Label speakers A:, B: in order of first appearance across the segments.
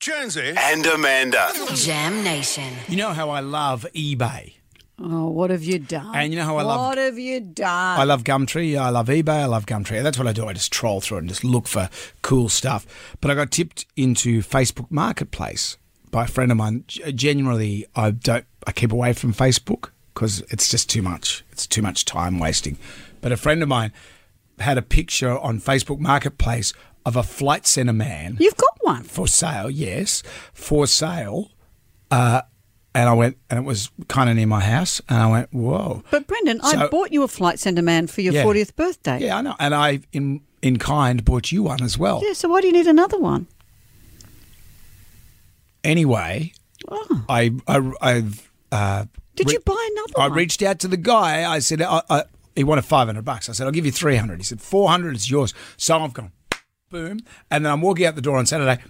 A: Jonesy.
B: and Amanda.
C: Jam Nation.
D: You know how I love eBay.
E: Oh, what have you done?
D: And you know how I
E: what
D: love-
E: What have you done?
D: I love Gumtree. I love eBay. I love Gumtree. That's what I do. I just troll through and just look for cool stuff. But I got tipped into Facebook Marketplace by a friend of mine. G- uh, Genuinely, I don't. I keep away from Facebook because it's just too much. It's too much time wasting. But a friend of mine had a picture on Facebook Marketplace of a flight center man
E: You've got one.
D: for sale. Yes, for sale. Uh, and I went, and it was kind of near my house. And I went, whoa.
E: But Brendan, I
D: So-
E: bought you a flight centre man for your
D: Yeah.
E: 40th birthday.
D: Yeah, I know. And I, in in kind, bought you one as well.
E: Yeah, so why do you need another one?
D: Anyway, I, I, I've. Uh,
E: Oh. Did
D: re-
E: you buy another
D: I
E: one?
D: reached out to the guy. I said, I, I, he wanted 500 bucks. I said, I'll give you 300. He said, 400 is yours. So I've gone, boom. And then I'm walking out the door on Saturday.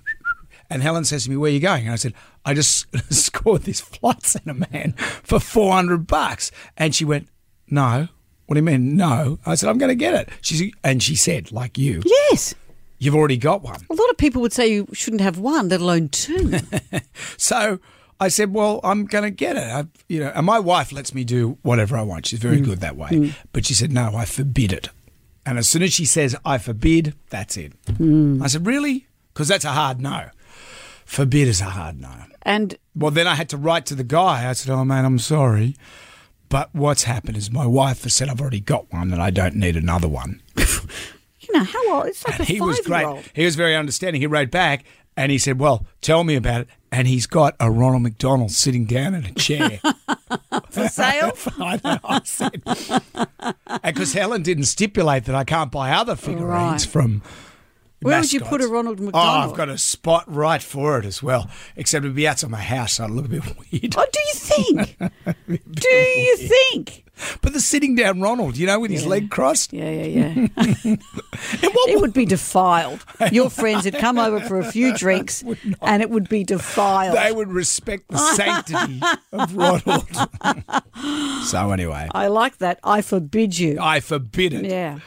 D: And Helen says to me, "Where are you going?" And I said, "I just scored this flight center man for four hundred bucks." And she went, "No, what do you mean, no?" I said, "I'm going to get it." She and she said, "Like you,
E: Yes.
D: you've already got one."
E: A lot of people would say you shouldn't have one, let alone two.
D: So I said, "Well, I'm going to get it." I, you know, and my wife lets me do whatever I want. She's very good that way. But she said, "No, I forbid it." And as soon as she says, "I forbid," that's it. I said, "Really?" Because that's a hard no. Forbid is a hard no.
E: and
D: Well, then I had to write to the guy. I said, "Oh man, I'm sorry." But what's happened is my wife has said I've already got one and I don't need another one.
E: you know how old? It's like
D: And
E: a
D: he
E: five
D: was
E: year
D: great.
E: old.
D: He was very understanding. He wrote back and he said, Well, tell me about it. And he's got a Ronald McDonald sitting down in a chair.
E: For sale.
D: I know, I said. Because Helen didn't stipulate that I can't buy other figurines
E: Right.
D: from.
E: Where would you put a
D: mascots.
E: Ronald
D: Oh,
E: McDonald?
D: I've got a spot right for it as well. Except it'd be outside my house, so it'd look a bit weird.
E: Oh, do you think? do you think?
D: But the sitting down Ronald, you know, with his leg crossed.
E: Yeah, yeah, yeah.
D: And what
E: It would be defiled. Your friends had come over for a few drinks and it would be defiled.
D: They would respect the sanctity of Ronald. so anyway,
E: I like that. I forbid you.
D: I forbid it.
E: yeah.